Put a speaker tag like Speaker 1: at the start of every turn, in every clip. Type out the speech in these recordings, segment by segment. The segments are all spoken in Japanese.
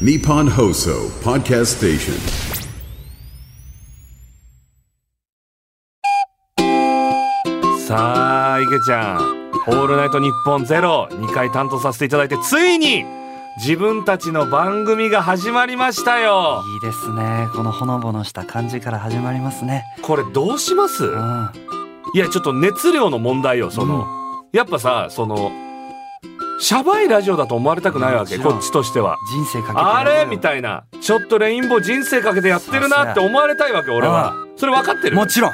Speaker 1: Nippon Hoso Podcast Station.
Speaker 2: さあ池ちゃん「オールナイトニッポンゼロ2回担当させていただいてついに自分たちの番組が始まりましたよ
Speaker 3: いいですねこのほのぼのした感じから始まりますね
Speaker 2: これどうします
Speaker 3: うん
Speaker 2: いやちょっと熱量の問題よその、やっぱさそのしゃばいラジオだと思われたくないわけ
Speaker 3: もちろ
Speaker 2: こ
Speaker 3: ん
Speaker 2: っちとしては
Speaker 3: 人生かけて
Speaker 2: あれみ
Speaker 3: い
Speaker 2: たいなちょっとレインボー人生かけてやってるなって思われたいわけ俺はそれ分かってる
Speaker 3: もちろん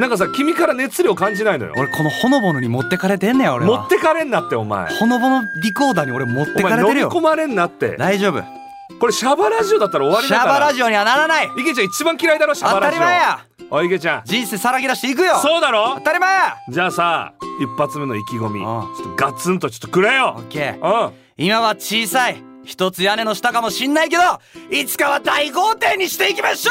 Speaker 2: なんかさ君から熱量感じないのよ
Speaker 3: 俺このほのぼのに持ってかれてんねや俺
Speaker 2: 持
Speaker 3: は
Speaker 2: ってかれんなってお前
Speaker 3: ほのぼのリコーダーに俺持
Speaker 2: お
Speaker 3: ってか
Speaker 2: 前
Speaker 3: れ
Speaker 2: 飲
Speaker 3: てる
Speaker 2: み
Speaker 3: よ
Speaker 2: 込まれんなって
Speaker 3: 大丈夫
Speaker 2: これシャバラジオだったら終わり
Speaker 3: シ
Speaker 2: だ
Speaker 3: ャ
Speaker 2: から
Speaker 3: バラジオにはならない
Speaker 2: オ池ちゃん一番嫌いだろシ
Speaker 3: 当
Speaker 2: ャバ
Speaker 3: た
Speaker 2: ラジ
Speaker 3: り
Speaker 2: オ
Speaker 3: 前や
Speaker 2: おい池ちゃん
Speaker 3: 人生さらけ出していくよ
Speaker 2: そうだろ
Speaker 3: 当たり前や
Speaker 2: じゃあさ一発目の意気込みち
Speaker 3: ああ
Speaker 2: ょっとガツンとちょっとくれ
Speaker 3: オ
Speaker 2: よ
Speaker 3: ッケー
Speaker 2: うん
Speaker 3: 今は小さい一つ屋根の下かもしんないけどいつかは大豪邸にしていきましょ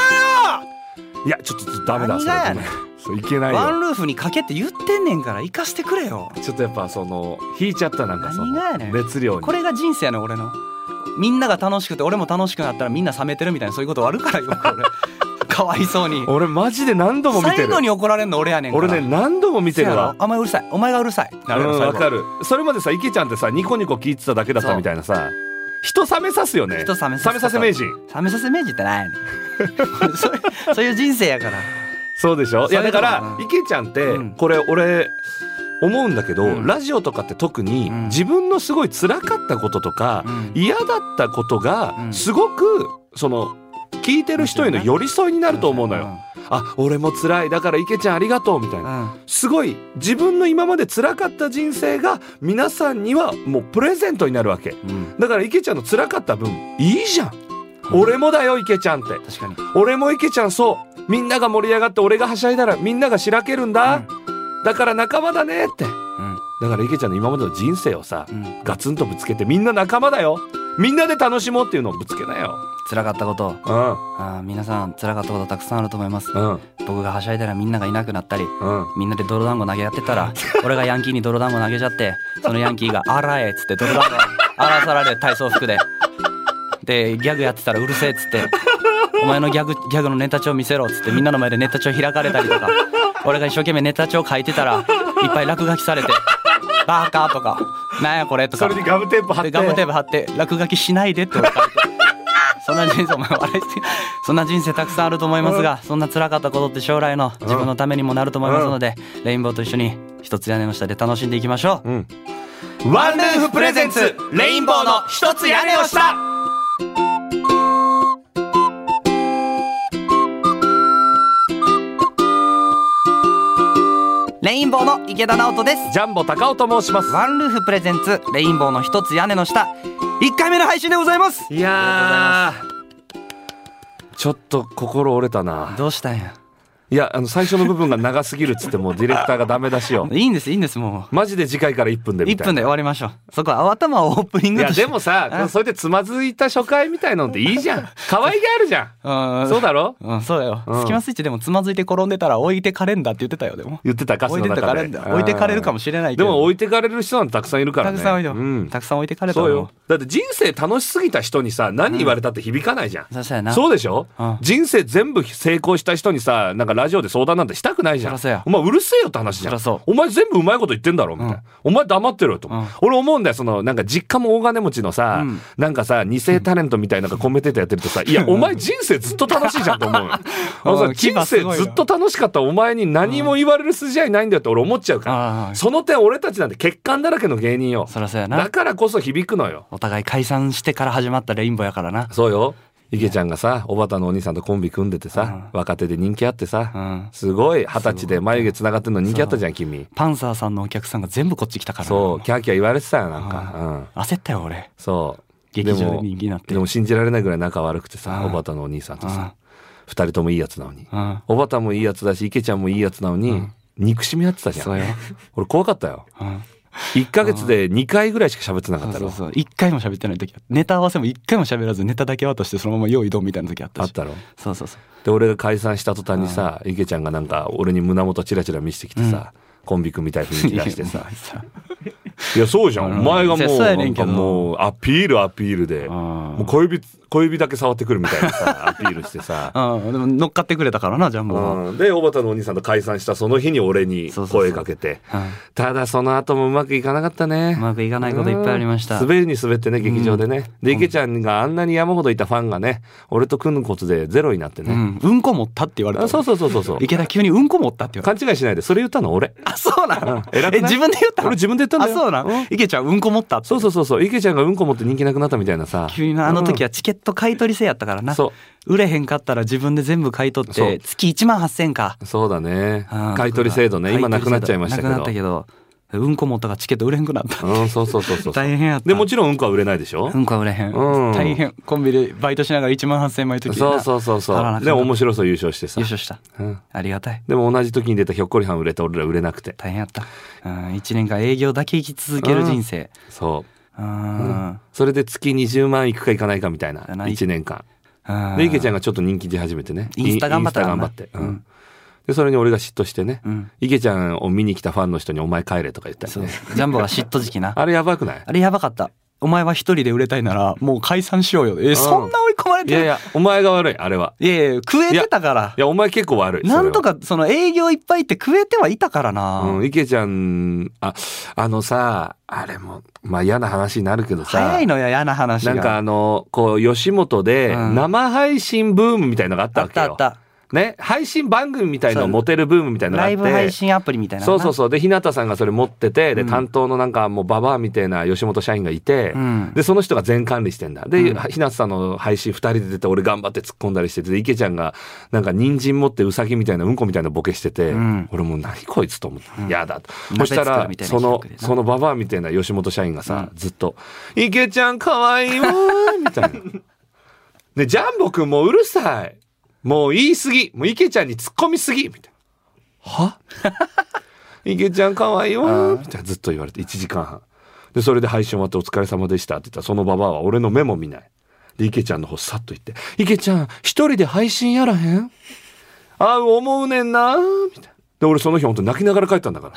Speaker 2: いやちょっとダメだ
Speaker 3: 何がやねん
Speaker 2: それいけな
Speaker 3: う
Speaker 2: い
Speaker 3: よワン
Speaker 2: よ
Speaker 3: ルーフにかけって言ってんねんから行かしてくれよ
Speaker 2: ちょっとやっぱその引いちゃったなんかそ
Speaker 3: 何
Speaker 2: の
Speaker 3: がやねん
Speaker 2: 熱量に
Speaker 3: これが人生やねん俺のみんなが楽しくて俺も楽しくなったらみんな冷めてるみたいなそういうことあるからよく俺 かわいそうに
Speaker 2: 俺マジで何度も見て
Speaker 3: 最
Speaker 2: る
Speaker 3: 後に怒られんの俺やねんから
Speaker 2: 俺ね何度も見て
Speaker 3: せ
Speaker 2: る
Speaker 3: やろ
Speaker 2: わ
Speaker 3: あんまりうるさいお前がうるさいなる
Speaker 2: う
Speaker 3: よ
Speaker 2: ん
Speaker 3: 最
Speaker 2: わ
Speaker 3: 後
Speaker 2: かるそれまでさ池ちゃんってさニコニコ聞いてただけだったみたいなさ人冷めさすよね
Speaker 3: 人冷めさ
Speaker 2: 冷
Speaker 3: す
Speaker 2: めさせ名人
Speaker 3: 冷めさせ明治ってないね んそういうそういう人生やから
Speaker 2: そうでしょいや
Speaker 3: それ
Speaker 2: だ
Speaker 3: と
Speaker 2: か
Speaker 3: からうん
Speaker 2: 池ちゃんって
Speaker 3: うん
Speaker 2: これ俺思うんだけど、
Speaker 3: うん
Speaker 2: ラジオとかって特に
Speaker 3: うん
Speaker 2: 自分のすごい辛かったこととか、
Speaker 3: うん
Speaker 2: 嫌だったこと
Speaker 3: う
Speaker 2: が
Speaker 3: ん
Speaker 2: すごくその聞いてる人への寄り添いになると思うのよ。あ俺も辛いだから池ちゃんありがとうみたいうなんすごい自分の今まで辛かった人生が皆さんにはもうプレゼントになるわけ
Speaker 3: うん
Speaker 2: だから池ちゃんの辛かった分いいじゃん俺もだよ池ちゃんって
Speaker 3: 確かに
Speaker 2: 俺も池ちゃんそうみんなが盛り上がって俺がはしゃいだらみんながしらけるんだ、だから仲間だねってだから池ちゃんの今までの人生をさ、
Speaker 3: うんうん
Speaker 2: ガツンとぶつけてみんな仲間だよみんなで楽しもうっていうのをぶつけなよ
Speaker 3: 辛かったこと
Speaker 2: うん
Speaker 3: あー皆さん辛かったことたくさんあると思います
Speaker 2: うん
Speaker 3: 僕がはしゃいだらみんながいなくなったり
Speaker 2: うん
Speaker 3: みんなで泥団子投げ合ってたら 俺がヤンキーに泥団子投げちゃってそのヤンキーが「あらえ」っつって泥 団子荒らされて体操服ででギャグやってたら「うるせえ」っつって「お前のギャグギャグのネタ帳見せろ」っつってみんなの前でネタ帳開かれたりとか俺が一生懸命ネタ帳書いてたらいっぱい落書きされて「バカ」とか「なんやこれ」と
Speaker 2: そ
Speaker 3: か
Speaker 2: れにガムテープ貼っ
Speaker 3: で
Speaker 2: て
Speaker 3: ガムテープ貼って落書きしないでって 俺書いてそんな人生お前笑いすぎそんな人生たくさんあると思いますがそんな辛かったことって将来の自分のためにもなると思いますのでレインボーと一緒に一つ屋根の下で楽しんでいきましょう
Speaker 2: うんワンルーフプレゼンツレインボーの一つ屋根をした
Speaker 3: レインボーの池田直人です
Speaker 2: ジャンボ高尾と申します
Speaker 3: ワンルーフプレゼンツレインボーの一つ屋根の下1回目の配信でございます
Speaker 2: いやーちょっと心折れたな
Speaker 3: どうしたんや
Speaker 2: いやあの最初の部分が長すぎるっつってもうディレクターがダメ出しよ
Speaker 3: いいんですいいんですも
Speaker 2: マジで次回から1分で
Speaker 3: う
Speaker 2: み
Speaker 3: 1
Speaker 2: たい
Speaker 3: 分
Speaker 2: な
Speaker 3: で終わりましょうそこは頭をオープニン
Speaker 2: い
Speaker 3: グ
Speaker 2: や
Speaker 3: として
Speaker 2: でもさそれでつまずいた初回みたいなのっていいじゃん可愛げあるじゃ
Speaker 3: うん
Speaker 2: んそうだろ
Speaker 3: うん、そうだよ、
Speaker 2: うん
Speaker 3: スキマスイッチでもつまずいて転んでたら置いてかれんだって言ってたよでも
Speaker 2: 言ってたか
Speaker 3: 置いてたかれんだ置いてかれるかもしれないけ
Speaker 2: で
Speaker 3: ど
Speaker 2: も
Speaker 3: い
Speaker 2: 置いてかれる人なんてたくさんいるから
Speaker 3: た
Speaker 2: ね
Speaker 3: くさん置いて、
Speaker 2: うん
Speaker 3: たくさん置いてかれた
Speaker 2: そ
Speaker 3: も
Speaker 2: うんよだって人生楽しすぎた人にさ何言われたって響かないじゃん、
Speaker 3: そうそうやな
Speaker 2: そうでしょ、
Speaker 3: うん
Speaker 2: 人生全部成功した人にさなんかラジオで相談なんてしたくないじゃん
Speaker 3: そらそうや
Speaker 2: お前うるせえよって話じゃん
Speaker 3: そらそう
Speaker 2: お前全部うまいこと言ってんだろみたいな、お前黙ってろよと思う、
Speaker 3: うん
Speaker 2: 俺思うんだよそのなんか実家も大金持ちのさ、
Speaker 3: うん
Speaker 2: なんかさ偽タレントみたいなのがコメンテーターやってると さ、いやお前人生ずっと楽しいじゃんと思うよあのさ
Speaker 3: うん牙
Speaker 2: 人
Speaker 3: すごいな
Speaker 2: 生ずっと楽しかったお前に何も言われる筋合いないんだよって俺思っちゃうから、
Speaker 3: ああ
Speaker 2: その点俺たちなんて欠陥だらけの芸人よ
Speaker 3: そらそうや
Speaker 2: だ
Speaker 3: な
Speaker 2: からこそ響くのよ
Speaker 3: お互い解散してから始まったレインボーやからな
Speaker 2: そうよ。池ちゃんがさ、おばたのお兄さんとコンビ組んでてさ、
Speaker 3: う
Speaker 2: 若手で人気あってさ、
Speaker 3: うん
Speaker 2: すごい二十歳で眉毛つながってんの人気あったじゃん、君。
Speaker 3: パンサーさんのお客さんが全部こっち来たからな
Speaker 2: そう、キャーキャー言われてたよ、なんか。うん。
Speaker 3: 焦ったよ俺
Speaker 2: そう。
Speaker 3: 劇場で人気になって
Speaker 2: でも信じられないぐらい仲悪くてさ、
Speaker 3: うん
Speaker 2: おばたのお兄さんとさ、
Speaker 3: う
Speaker 2: 二人ともいいやつなのに。
Speaker 3: んうん
Speaker 2: おばたもいいやつだし、池ちゃんもいいやつなのに、憎しみ合ってたじゃ
Speaker 3: そうよ
Speaker 2: ん。俺怖かったよ。
Speaker 3: うん
Speaker 2: 一ヶ月で二回ぐらいしか喋ってなかっ
Speaker 3: そう
Speaker 2: た
Speaker 3: そう
Speaker 2: ろ。
Speaker 3: そう一回も喋ってない時あったネタ合わせも一回も喋らずネタだけ渡してそのまま用意どんみたいな時あった
Speaker 2: あっ
Speaker 3: した
Speaker 2: ろ。
Speaker 3: そうそうそう
Speaker 2: で俺が解散した途端にさ池ちゃん がなんか俺に胸元チラチラ見してきてさ、コンビ組みたい雰囲気出してさいやそうじゃんお前がもう
Speaker 3: そうやね
Speaker 2: なん
Speaker 3: んけ
Speaker 2: か
Speaker 3: ど
Speaker 2: もうアピールアピールでもう小指小指だけ触ってくるみたいな さアピールしてさ、
Speaker 3: うん、でも乗っかってくれたからな、ジャンボは。
Speaker 2: うん、で小畑のお兄さんと解散したその日に俺に
Speaker 3: そうそうそう
Speaker 2: 声かけて
Speaker 3: はい
Speaker 2: ただその後もうまくいかなかったね
Speaker 3: うまくいかないこといっぱいありました。
Speaker 2: うん滑りに滑ってね劇場でね、で池ちゃんがあんなに山ほどいたファンがね俺と組むことでゼロになって
Speaker 3: う
Speaker 2: ね、
Speaker 3: ん、うんこ持ったって言われた
Speaker 2: あそうそうそうそうそう
Speaker 3: 池田急にうんこ持ったって言われ
Speaker 2: 勘違いしないでそれ言ったの俺
Speaker 3: たあそうなの、
Speaker 2: 偉くない
Speaker 3: え自分で言ったの
Speaker 2: 俺自分で言ったんだよ
Speaker 3: あそうなの、
Speaker 2: うん
Speaker 3: 池ちゃんうんこ持ったって
Speaker 2: そうそうそうそう池ちゃんがうんこ持って人気なくなったみたいなさ
Speaker 3: 急になあの時
Speaker 2: は、
Speaker 3: はチケット買い取り制やったからな、
Speaker 2: そ
Speaker 3: 売れへんかったら自分で全部買い取っ
Speaker 2: そう
Speaker 3: て月1万8000か
Speaker 2: うんそうだね
Speaker 3: うん
Speaker 2: 買い取り制度ね今なくなっちゃいましたけど
Speaker 3: なくなったけどうんこ持ったからチケット売れへんくなった
Speaker 2: うんそうそうそうそう
Speaker 3: 大変やった
Speaker 2: でもちろんうんこは売れないでしょ、
Speaker 3: うんこは売れへん、
Speaker 2: うん
Speaker 3: 大変コンビでバイトしながら1万8000枚の時
Speaker 2: そうそうそう
Speaker 3: なら
Speaker 2: そ
Speaker 3: な
Speaker 2: う
Speaker 3: く
Speaker 2: で
Speaker 3: なった
Speaker 2: 面白そう優勝してさ
Speaker 3: 優勝した
Speaker 2: うん
Speaker 3: ありがたい
Speaker 2: でも同じ時に出たひょっこりはん売れた俺ら売れなくて
Speaker 3: 大変やった、うん、1年間営業だけ生き続ける人生
Speaker 2: そう
Speaker 3: うん
Speaker 2: それで月20万いくかいかないかみたいな
Speaker 3: だな
Speaker 2: 1年間
Speaker 3: うん
Speaker 2: で池ちゃんがちょっと人気出始めてね
Speaker 3: インスタ頑張った
Speaker 2: イ
Speaker 3: から
Speaker 2: ン
Speaker 3: な
Speaker 2: スタ頑張って、うんでそれに俺が嫉妬してね、
Speaker 3: うん
Speaker 2: 池ちゃんを見に来たファンの人に「お前帰れ」とか言ったり
Speaker 3: そう
Speaker 2: ね
Speaker 3: ジャンボが嫉妬時期 な
Speaker 2: あれやばくない
Speaker 3: あれやばかったお前は一人で売れたいならもう解散しようよえそんな追い込まれ
Speaker 2: い
Speaker 3: て
Speaker 2: や
Speaker 3: る
Speaker 2: いやお前が悪いあれはい
Speaker 3: やいや食えてたから
Speaker 2: いやお前結構悪いそれは
Speaker 3: なんとかその営業いっぱいって食えてはいたからな、
Speaker 2: うん、池ちゃん、あ、あのさ、あれも、まあ嫌な話になるけどさ、
Speaker 3: 早いのよ嫌な話
Speaker 2: な
Speaker 3: が
Speaker 2: んかあの、こう、吉本で
Speaker 3: うん
Speaker 2: 生配信ブームみたいのがあった
Speaker 3: あ
Speaker 2: わ
Speaker 3: っ
Speaker 2: けよ。
Speaker 3: たあった
Speaker 2: ね、配信番組みたいのをモテるブームみたいのがあっ
Speaker 3: ラ
Speaker 2: て。
Speaker 3: イブ配信アプリみたいなの
Speaker 2: そう
Speaker 3: な
Speaker 2: そうそう。で、日向さんがそれ持ってて、で、
Speaker 3: うん
Speaker 2: 担当のなんかもうババアみたいな吉本社員がいて、
Speaker 3: うん
Speaker 2: で、その人が全管理してんだ。で、
Speaker 3: うん
Speaker 2: 日向さんの配信二人で出て、俺頑張って突っ込んだりしてて、で池ちゃんがなんか人参持ってウサギみたいなうんこみたいなボケしてて、
Speaker 3: うん
Speaker 2: 俺もう何こいつと思った。やだと。
Speaker 3: うん
Speaker 2: そした
Speaker 3: 鍋作
Speaker 2: ら
Speaker 3: るみ、たい
Speaker 2: そ
Speaker 3: な
Speaker 2: の
Speaker 3: 企画で、な
Speaker 2: そのババアみたいな吉本社員がさ、ずっと、池ちゃん可愛い わーみたいな。ね、ジャンボくんもううるさい。もう言い過ぎ。もう池ちゃんに突っ込みすぎ。みたいな。は池ちゃん可愛いわー。みたいなずっと言われて、1時間半。で、それで配信終わってお疲れ様でしたって言ったら、そのババアは俺の目も見ない。で、池ちゃんの方さっと行って、池ちゃん、一人で配信やらへんあう思うねんなーみたいな。で、俺その日本当泣きながら帰ったんだか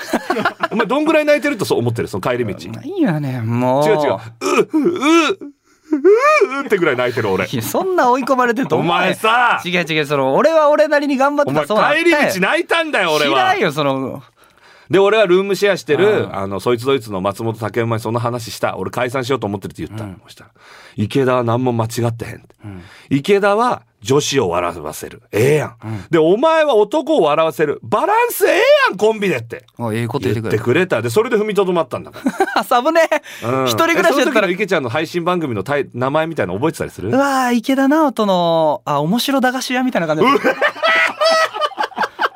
Speaker 2: ら。 お前どんぐらい泣いてるとそう思ってる、その帰り道。
Speaker 3: ないよねもう
Speaker 2: 違う違う。う、う、う、う、うってぐらい泣いてる俺。
Speaker 3: いやそんな追い込まれてると
Speaker 2: お
Speaker 3: 思わへん
Speaker 2: 前さ、
Speaker 3: 違う違うその俺は俺なりに頑張って
Speaker 2: お前
Speaker 3: たそうなんだ
Speaker 2: 帰り道泣いたんだよ俺は
Speaker 3: 嫌い。よその
Speaker 2: で、俺はルームシェアして
Speaker 3: う
Speaker 2: る、
Speaker 3: ん
Speaker 2: あの、そいつどいつの松本竹馬にその話した。俺解散しようと思ってるって言った。そしたら、池田は何も間違ってへんって。池田は女子を笑わせる。ええやん,、で、お前は男を笑わせる。バランスええやん、コンビでって。
Speaker 3: あええこと言っ
Speaker 2: 言
Speaker 3: てく
Speaker 2: っ
Speaker 3: れ
Speaker 2: てくれた。で、それで踏みとどまったんだから。
Speaker 3: あサブね
Speaker 2: うん
Speaker 3: 一人暮らし
Speaker 2: え
Speaker 3: や
Speaker 2: その
Speaker 3: った
Speaker 2: 時
Speaker 3: ら
Speaker 2: の池ちゃんの配信番組のタイ名前みたいなの覚えてたりする
Speaker 3: うわー池田直人のあ面白駄菓子屋みたいな感じだった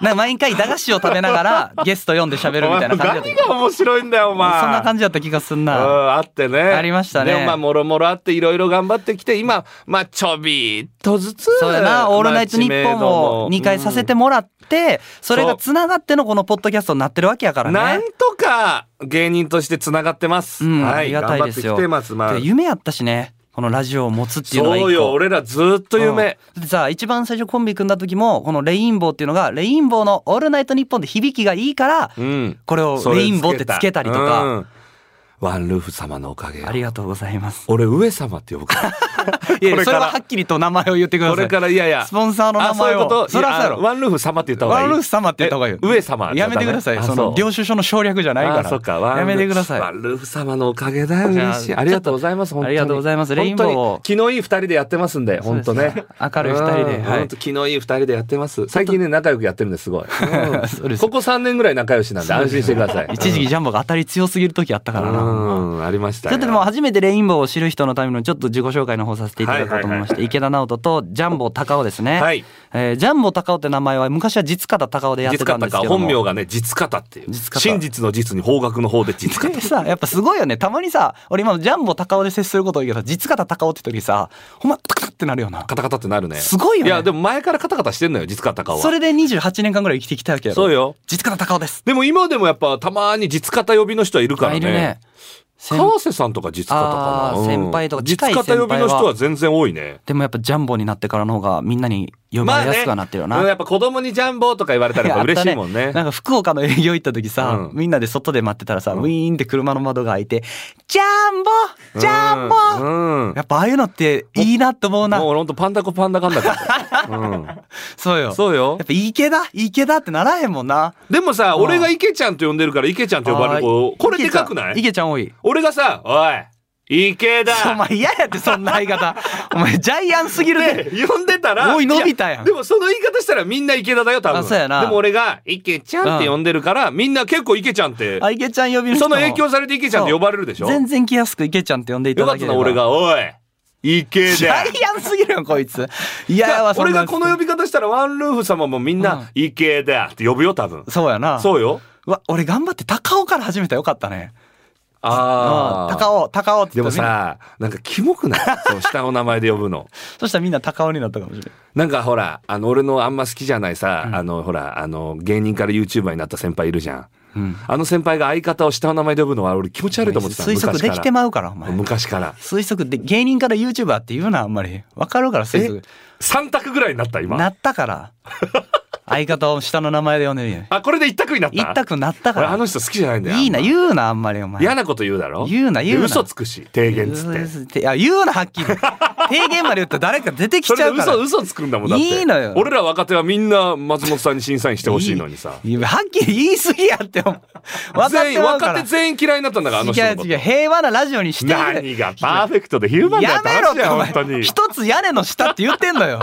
Speaker 3: なんか毎回駄菓子を食べながらゲスト読んで喋るみたいな感じだった
Speaker 2: お前何が面白いんだよ、お前。
Speaker 3: そんな感じだった気がすん
Speaker 2: うん
Speaker 3: な
Speaker 2: あってね。
Speaker 3: ありましたね
Speaker 2: でもまあ、もろもろあって、いろいろ頑張ってきて、今、まあ、ちょびっとずつ。
Speaker 3: そうやな「オールナイトニッポン」を2
Speaker 2: 二
Speaker 3: 回させてもらってそれがつながってのこのポッドキャストになってるわけやから
Speaker 2: な
Speaker 3: ね
Speaker 2: んとか、芸人としてつながってます。
Speaker 3: うん
Speaker 2: は
Speaker 3: ありがたいです
Speaker 2: 頑張
Speaker 3: よ
Speaker 2: ってきてます、まあ
Speaker 3: で。夢やったしねこのラジオを持つっていうのが一個
Speaker 2: そうよ、俺らずっと夢。
Speaker 3: うんだってさ一番最初コンビ組んだ時もこの「レインボー」っていうのが「レインボーのオールナイトニッポン」で響きがいいから、
Speaker 2: うん。
Speaker 3: これを
Speaker 2: そ
Speaker 3: レインボーってつけたりとか、
Speaker 2: うんワンルーフ様のおかげよ
Speaker 3: ありがとうございます
Speaker 2: 俺、上様って呼ぶから。
Speaker 3: いや
Speaker 2: これから
Speaker 3: それははっきりと名前を言ってください
Speaker 2: これからいやいや
Speaker 3: スポンサーの名
Speaker 2: あそうい
Speaker 3: 前
Speaker 2: う
Speaker 3: を
Speaker 2: こと
Speaker 3: そりゃそう
Speaker 2: い
Speaker 3: やろ
Speaker 2: やあのワンルーフ様って言った方がいい
Speaker 3: ワンルーフ様って言った方がいいよ
Speaker 2: え上様
Speaker 3: やめてください
Speaker 2: あ
Speaker 3: そうの領収書の省略じゃないか
Speaker 2: あそっからワンル
Speaker 3: や
Speaker 2: ーフ
Speaker 3: めてくださ
Speaker 2: ワ
Speaker 3: い
Speaker 2: ンルーフ様のおかげだよ嬉し
Speaker 3: じ
Speaker 2: い
Speaker 3: ゃあ
Speaker 2: ありがとうございます
Speaker 3: ちょ
Speaker 2: 本当
Speaker 3: っと
Speaker 2: に
Speaker 3: ありがとうございますレインボーを
Speaker 2: 本当に気のいい二人でやってますんで本当
Speaker 3: そう
Speaker 2: ね
Speaker 3: ですね明るい二人で
Speaker 2: うん
Speaker 3: はい
Speaker 2: 本当気のいい二人でやってます最近ね仲良くやってるんです ごいうん
Speaker 3: そうです
Speaker 2: ここ三年ぐらい仲良しなんで安心してください
Speaker 3: 一時期
Speaker 2: じ
Speaker 3: ジャンボが当たり強すぎる時あったからな、
Speaker 2: うんありました
Speaker 3: ちょ
Speaker 2: よ
Speaker 3: っとでも初めてレインボーを知る人のためのちょっと自己紹介の方させていただこうと思いまして、
Speaker 2: はいはいはいはい
Speaker 3: 池田直人とジャンボ高尾ですね、
Speaker 2: はい
Speaker 3: えージャンボ高尾って名前は昔は実方高尾でやって
Speaker 2: 実
Speaker 3: たん
Speaker 2: 方
Speaker 3: ですけ
Speaker 2: か
Speaker 3: ども
Speaker 2: 本名がね実方っていう
Speaker 3: 実方
Speaker 2: 真実の実に方角の方で実方
Speaker 3: でさやっぱすごいよねたまにさ俺今ジャンボ高尾で接すること多いけど実方高尾って時さほんまカタカタってなるよな
Speaker 2: カタカタってなるね
Speaker 3: すごいよ
Speaker 2: い
Speaker 3: ね
Speaker 2: やでも前からカタカタしてんのよ実方かは
Speaker 3: それで28年間ぐらい生きてきたわけやろ
Speaker 2: そうよ
Speaker 3: 実方高尾です
Speaker 2: でも今でもやっぱたまに実方呼びの人はいるから
Speaker 3: あ
Speaker 2: ね
Speaker 3: いるね先
Speaker 2: 川瀬さんとか実家とか
Speaker 3: あ
Speaker 2: な、う
Speaker 3: ー
Speaker 2: ん
Speaker 3: 先輩とか近い
Speaker 2: 実家呼びの
Speaker 3: 先輩は
Speaker 2: 人は全然多いね
Speaker 3: でもやっぱジャンボになってからの方がみんなに呼ばれやすくはなってるよな。
Speaker 2: まあねうんやっぱ子供にジャンボとか言われたらやっぱ 嬉しいもん
Speaker 3: あった
Speaker 2: ね
Speaker 3: なんか福岡の営業行った時さ、
Speaker 2: うん
Speaker 3: みんなで外で待ってたらさ、
Speaker 2: ん
Speaker 3: ウィーンって車の窓が開いて、ジャンボジャンボ、
Speaker 2: うんうん
Speaker 3: やっぱああいうのっていいなって思うな
Speaker 2: も。うほんとパンダコパンダかんだ から、
Speaker 3: そう
Speaker 2: うん、
Speaker 3: よ。
Speaker 2: そうよ
Speaker 3: やっぱいいけだいいけだってならへんもんな。
Speaker 2: でもさ
Speaker 3: うん
Speaker 2: 俺が池ちゃんと呼んでるから池ちゃんと呼ばれる
Speaker 3: あ
Speaker 2: 子
Speaker 3: ー
Speaker 2: これでかくな
Speaker 3: イ
Speaker 2: い
Speaker 3: ケちゃん多い。
Speaker 2: 俺がさ「おい池だ!」
Speaker 3: お前嫌やってそんな 相方。お前ジャイアンすぎるで。
Speaker 2: 呼んでたら
Speaker 3: おい伸びたやん
Speaker 2: いでもその言い方したらみんな池田だよ多分
Speaker 3: あそうやな
Speaker 2: でも俺が「池ちゃん」って呼んでるから、みんな結構池ちゃんって
Speaker 3: あ、イケちゃん呼びの人
Speaker 2: そ
Speaker 3: も
Speaker 2: の影響されて池ちゃんって呼ばれるでしょ
Speaker 3: 全然気安くイケちゃんって呼んでいた
Speaker 2: よか
Speaker 3: だ
Speaker 2: っ
Speaker 3: け
Speaker 2: た
Speaker 3: れば
Speaker 2: な俺。が「おい池
Speaker 3: ジ
Speaker 2: 田
Speaker 3: ャ」イアンすぎるよ、こいつ。いやわ、そん
Speaker 2: 俺
Speaker 3: な
Speaker 2: がこの呼び方したらワンルーフ様もみん
Speaker 3: うん
Speaker 2: な「池田」って呼ぶよ多分
Speaker 3: そうやな。
Speaker 2: そうよ
Speaker 3: うわ、俺頑張って高尾から始めたらよかったね。
Speaker 2: あ
Speaker 3: うん
Speaker 2: あ
Speaker 3: 高尾、高尾って
Speaker 2: で
Speaker 3: 言
Speaker 2: も
Speaker 3: ったらみんな
Speaker 2: さなんかキモくないその下の名前で呼ぶの
Speaker 3: そしたらみんな高尾になったかもしれない。
Speaker 2: なんかほらあの俺のあんま好きじゃないさ、
Speaker 3: うん
Speaker 2: あのほらあの芸人から YouTuber になった先輩いるじゃん
Speaker 3: うん。
Speaker 2: あの先輩が相方を下の名前で呼ぶのは俺気持ち悪いと思ってた
Speaker 3: 推測できて
Speaker 2: ま
Speaker 3: まうから、お前。
Speaker 2: 昔から
Speaker 3: 推測で、芸人から YouTuber って言うな、あんまり。わかるから、推測。
Speaker 2: 3択ぐらいになった今
Speaker 3: なっ たから。相方を下の名前で呼んでみる。
Speaker 2: あこれで一択になった
Speaker 3: 一択なったか
Speaker 2: 俺
Speaker 3: ら。
Speaker 2: あの人好きじゃないんだよ
Speaker 3: いいな、
Speaker 2: あんま
Speaker 3: 言うな、あんまり、お前。
Speaker 2: 嫌なこと言うだろ
Speaker 3: 言うな
Speaker 2: で
Speaker 3: 言うな
Speaker 2: 嘘つくし提言つって
Speaker 3: て。いや、言うな、はっきり。提言まで言ったら誰か出てき
Speaker 2: そ
Speaker 3: ち
Speaker 2: れ
Speaker 3: ゃ
Speaker 2: で
Speaker 3: うから。
Speaker 2: 嘘嘘つくんだもんだって
Speaker 3: いいのよ
Speaker 2: 俺ら若手はみんな松本さんに審査員してほしいのにさ
Speaker 3: いやはっきり言いすぎやって、お前。分かっ
Speaker 2: 全
Speaker 3: て
Speaker 2: 員
Speaker 3: まうか
Speaker 2: 若
Speaker 3: ら
Speaker 2: 手。全員嫌いになったんだからあの人のこと
Speaker 3: 違う違う、平和なラジオにしてくれ
Speaker 2: 何がパーフェクトでヒューマンだよ
Speaker 3: やめろってお
Speaker 2: 本
Speaker 3: 前
Speaker 2: 当に
Speaker 3: 一つ屋根の下って言ってんのよ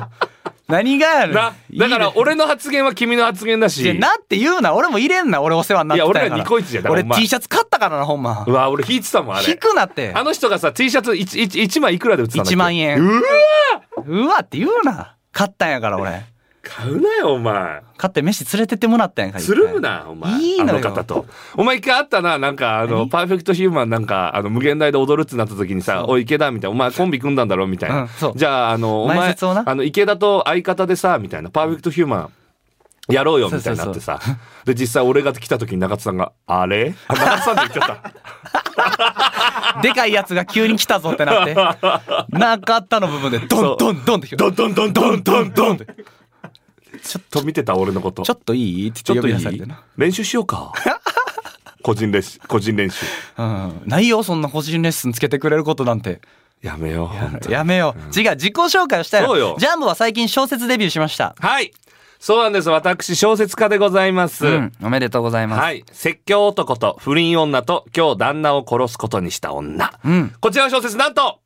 Speaker 3: 何がやる
Speaker 2: なだから俺の発言は君の発言だし
Speaker 3: なって言うな俺も入れんな俺お世話になってたんやか
Speaker 2: い
Speaker 3: ら
Speaker 2: や俺らニコイチじゃだから
Speaker 3: 俺
Speaker 2: お前
Speaker 3: T シャツ買ったからなほんま
Speaker 2: うわ俺引いてたもんあれ
Speaker 3: 引くなって
Speaker 2: あの人がさ T シャツ 1, 1枚いくらで売ってたんだっけ
Speaker 3: 1万円
Speaker 2: うわ
Speaker 3: うわって言うな買ったんやから俺
Speaker 2: 買うなよお前
Speaker 3: 買って飯連れてってもらったんやから
Speaker 2: つるむなお前
Speaker 3: いいのよ
Speaker 2: あの方とお前一回会ったななんかあの
Speaker 3: 何
Speaker 2: パーフェクトヒューマンなんかあの無限大で踊るってなった時にさ「おい池田」みたいな「お前コンビ組んだんだろ」みたいな、
Speaker 3: うんそう
Speaker 2: じゃああのお
Speaker 3: 前
Speaker 2: 前
Speaker 3: 説をな
Speaker 2: あの池田と相方でさみたいな「パーフェクトヒューマン」やろうよみたいになってさで実際俺が来た時に中田さんが「あれ?」あ中田さんって言っちゃった
Speaker 3: でかいやつが急に来たぞって なってなかったの部分で
Speaker 2: そ
Speaker 3: ド
Speaker 2: う
Speaker 3: ンドン ドンって
Speaker 2: ドンドンドンドンドンドンって
Speaker 3: ちょ
Speaker 2: と見てた俺のこと
Speaker 3: ちょっといいって
Speaker 2: ちょ
Speaker 3: 言
Speaker 2: っ
Speaker 3: っ
Speaker 2: と
Speaker 3: て呼
Speaker 2: い
Speaker 3: び
Speaker 2: い
Speaker 3: 出されてな
Speaker 2: 練習しようか個人練習個人練習
Speaker 3: うんないよそんな個人レッスンつけてくれることなんて
Speaker 2: やめよう本当に
Speaker 3: やめよう、違う自己紹介をしたいの
Speaker 2: そうよ
Speaker 3: ジャンボは最近小説デビューしました
Speaker 2: はいそうなんです私小説家でございます、
Speaker 3: うん、おめでとうございます。
Speaker 2: はい説教男と不倫女と今日旦那を殺すことにした女、
Speaker 3: うん。
Speaker 2: こちらの小説なんと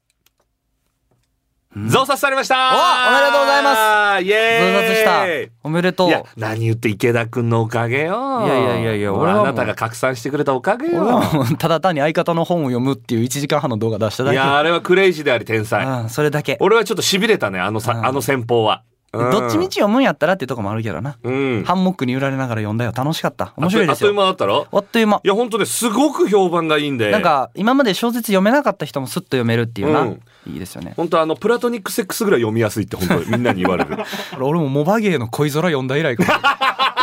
Speaker 2: 増刷されました
Speaker 3: おおめでとうございます
Speaker 2: イ
Speaker 3: 増
Speaker 2: エーイ
Speaker 3: 刷した。おめでとう
Speaker 2: い。や何言って池田くんのおかげよ
Speaker 3: いやいやいやいや
Speaker 2: もう
Speaker 3: 俺はも
Speaker 2: あ
Speaker 3: う
Speaker 2: なたが拡散してくれたおかげ
Speaker 3: 俺
Speaker 2: よ
Speaker 3: はもうただ単に相方の本を読むっていう1時間半の動画出しただ
Speaker 2: い
Speaker 3: け。
Speaker 2: やあれはクレイジーであり天才
Speaker 3: うん、それだけ。
Speaker 2: 俺はちょっと痺れたねあのさ、
Speaker 3: うん
Speaker 2: あの戦法は、うん
Speaker 3: どっちみち読むんやったらっていうとこもあるけどな。
Speaker 2: うん
Speaker 3: ハンモックに揺られながら読んだよ。楽しかった。面白い
Speaker 2: あ
Speaker 3: です
Speaker 2: っという
Speaker 3: よ。
Speaker 2: 間だったろ
Speaker 3: あっという間
Speaker 2: い。や本当ねすごく評判がいいんで
Speaker 3: なんか今まで小説読めなかった人もスッと読めるっていうな。
Speaker 2: うん
Speaker 3: いいですよね。
Speaker 2: 本当あのプラトニックセックスぐらい読みやすいって本当みんなに言われる
Speaker 3: 俺もモバゲーの恋空読んだ以来かも。